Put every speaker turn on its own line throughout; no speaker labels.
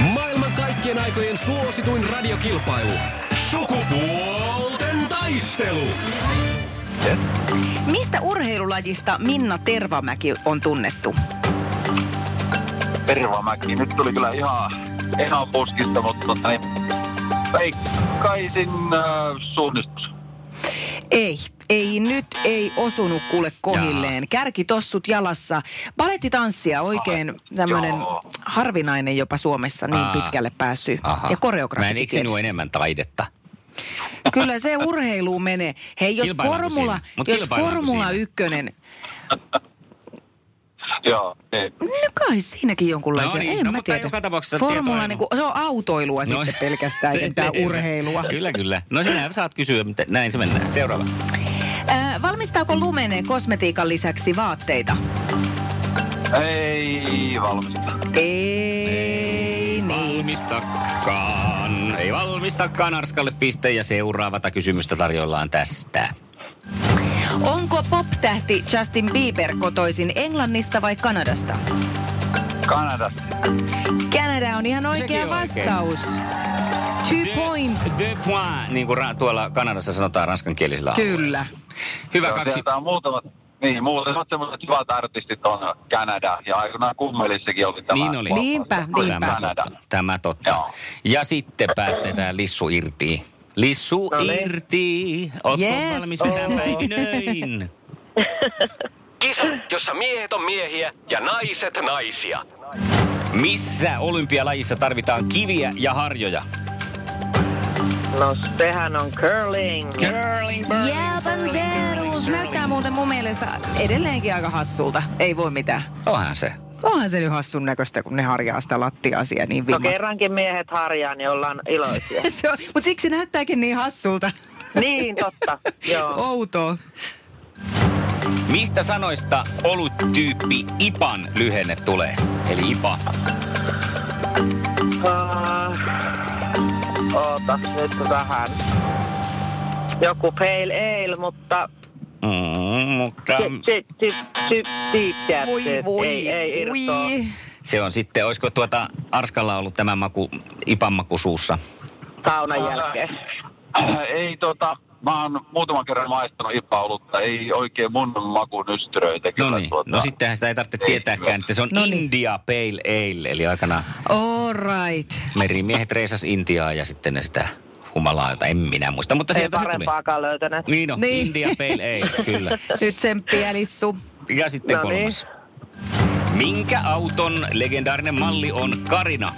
Maailman kaikkien aikojen suosituin radiokilpailu. Sukupuolten taistelu.
Mistä urheilulajista Minna Tervamäki on tunnettu?
Tervamäki. Nyt tuli kyllä ihan, ihan puskista, mutta tota niin, veikkaisin äh, suunnistus.
Ei, ei nyt ei osunut kuule kohilleen. Kärkitossut jalassa. Balettitanssia oikein tämmöinen
Joo.
harvinainen jopa Suomessa niin
Aa.
pitkälle päässyt.
Aha.
Ja
Mä en
koreografi
iksinut enemmän taidetta.
Kyllä se urheiluun menee. Hei, jos
Kilpaillaanko
Formula,
siinä? Mut
jos
kilpaillaanko
Formula
siinä?
1, no
Joo, niin.
No kai siinäkin jonkunlaisia.
No niin,
en
no
mä
mutta
tiedä.
joka tapauksessa
Formula,
tietoa
niin
on.
kuin, se on autoilua no, sitten pelkästään, eikä tää urheilua.
Kyllä, kyllä. No sinä saat kysyä, mutta näin se mennään. Seuraava.
Ää, valmistaako Lumene kosmetiikan lisäksi vaatteita?
Ei valmista.
Ei, niin.
Valmistakaan. Ei valmistakaan Arskalle piste ja seuraavata kysymystä tarjoillaan tästä.
Onko pop-tähti Justin Bieber kotoisin Englannista vai Kanadasta?
Kanadasta.
Kanada on ihan oikea
Sekin on
vastaus. Two points.
Deux points, niin kuin ra- tuolla Kanadassa sanotaan ranskankielisellä alueella.
Kyllä.
Hyvä
Joo,
kaksi.
Sieltä on muutamat, niin, muutamat semmoiset hyvät artistit on Kanada. Ja aikanaan kummelissakin oli tämä.
Niin oli.
Niinpä, niinpä.
Tämä
Kanada.
totta. Tämä totta.
Joo.
Ja sitten päästetään Lissu irti. Lissu
No niin.
irti. Ootko
Yes.
valmis
Oo.
vetämään
Kisa, jossa miehet on miehiä ja naiset naisia.
Missä olympialajissa tarvitaan kiviä ja harjoja?
No sehän on curling.
Curling,
Jäävän verus. Näyttää muuten mun mielestä edelleenkin aika hassulta. Ei voi mitään.
Onhan se.
Onhan se nyt hassun näköistä, kun ne harjaa sitä lattiaa siellä niin
No
vimmat.
kerrankin miehet harjaa, niin ollaan iloisia.
Mutta siksi se näyttääkin niin hassulta.
niin, totta.
Oh.
Joo.
Outoa.
Mistä sanoista oluttyyppi IPAN lyhenne tulee? Eli IPA.
Ah, ootas nyt vähän. Joku pale ale, mutta...
Mm, mutta
Si- si- si- si- siitä
Voi
se-
voi,
ei, ei irtoa.
voi.
se on sitten, olisiko tuota Arskalla ollut tämä maku, IPAN maku suussa?
Saunan jälkeen.
Ei tota, mä oon muutaman kerran maistanut ipaolutta. Ei oikein mun makunystyröitä.
No
kyllä,
niin,
tuota.
no sittenhän sitä ei tarvitse tietääkään, että se on
No niin.
India Pale Ale, eli aikana
All right.
merimiehet reisas Intiaa ja sitten ne sitä humalaa, jota en minä muista, mutta
Ei
sieltä se tuli.
parempaakaan löytänyt.
Niin on,
Niin.
India Pale Ale, kyllä.
Nyt tsemppiä, Lissu.
Ja sitten
No niin.
kolmas. Minkä auton legendaarinen malli on Karina?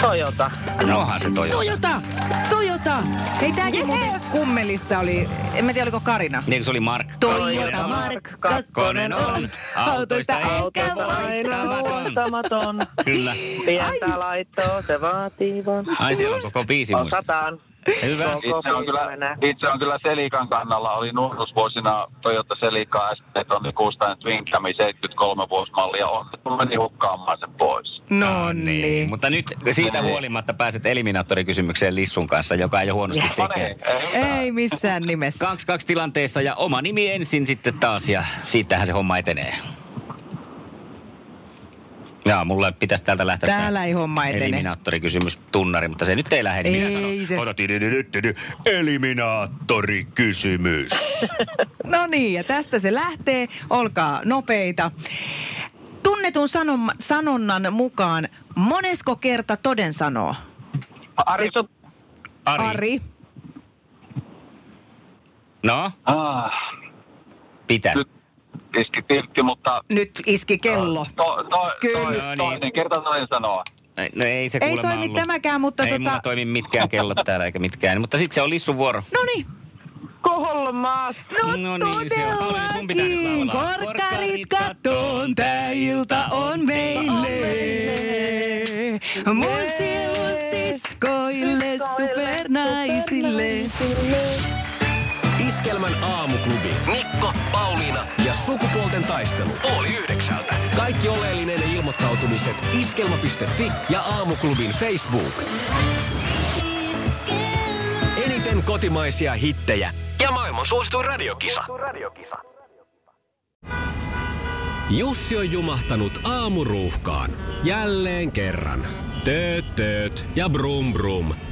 Toyota.
No onhan se toi.
Toyota! Toyota! Hei, tääkin muuten kummelissa oli, en mä tiedä oliko Karina.
Niin, kun se oli Mark.
Toyota Mark
Kakkonen
kakkonen
on.
on.
Autoista
Autoista
ei
ehkä
Auto aina
voittaa.
voittamaton.
Kyllä.
Pientä laittoa, se vaatii vaan.
Ai siellä on koko biisi
On
muista.
sataan.
Hyvä.
Itse on, kyllä,
Menee.
itse on kyllä Selikan kannalla. Oli nuoruusvuosina Toyota Selika ST Tonni 600 Twin Cami 73 vuosimalli ja on, kun meni hukkaamaan sen pois.
No niin.
Ah, Mutta nyt siitä huolimatta pääset eliminaattorikysymykseen Lissun kanssa, joka ei ole huonosti
No
sekä.
niin, ei,
Ei missään nimessä.
Kaksi kaksi tilanteessa ja oma nimi ensin sitten taas ja siitähän se homma etenee. Jaa, mulle pitäisi täältä lähteä. tää
Täällä ei homma etene.
Eliminaattorikysymys, tunnari, mutta se nyt ei lähde. niin minä
Ei
sanon.
se.
Ota tidididididi, eliminaattorikysymys.
No niin, ja tästä se lähtee. Olkaa nopeita. Tunnetun sanom- sanonnan mukaan, monesko kerta toden sanoo?
Ari,
Risu,
Ari.
Ari.
No,
ah,
pitäisi.
nyt iski tiltti, mutta
Nyt iski kello.
to, to,
Kyllä.
No niin.
toinen, toinen kerta toinen sanoa.
Ei- No ei se
Ei
kuulemma
toimi
ollut.
tämäkään, mutta
Ei
tota-
mulla toimi mitkään kellot täällä eikä mitkään, mutta sitten se on Lissun vuoro.
No niin,
Kolmas.
No,
No
no
niin,
niin,
se on. Pauli, sun pitää nyt
todellakin,
laulaa.
korkkarit kattoon, tää ilta on meille. Mun sielun siskoille, supernaisille.
Iskelmän aamuklubi. Mikko, Pauliina ja sukupuolten taistelu. Oli yhdeksältä. Kaikki oleellinen ilmoittautumiset iskelma.fi ja aamuklubin Facebook. Eniten kotimaisia hittejä ja maailman suosituin radiokisa. Jussi on jumahtanut aamuruuhkaan. Jälleen kerran. Tööt, tööt ja brum brum.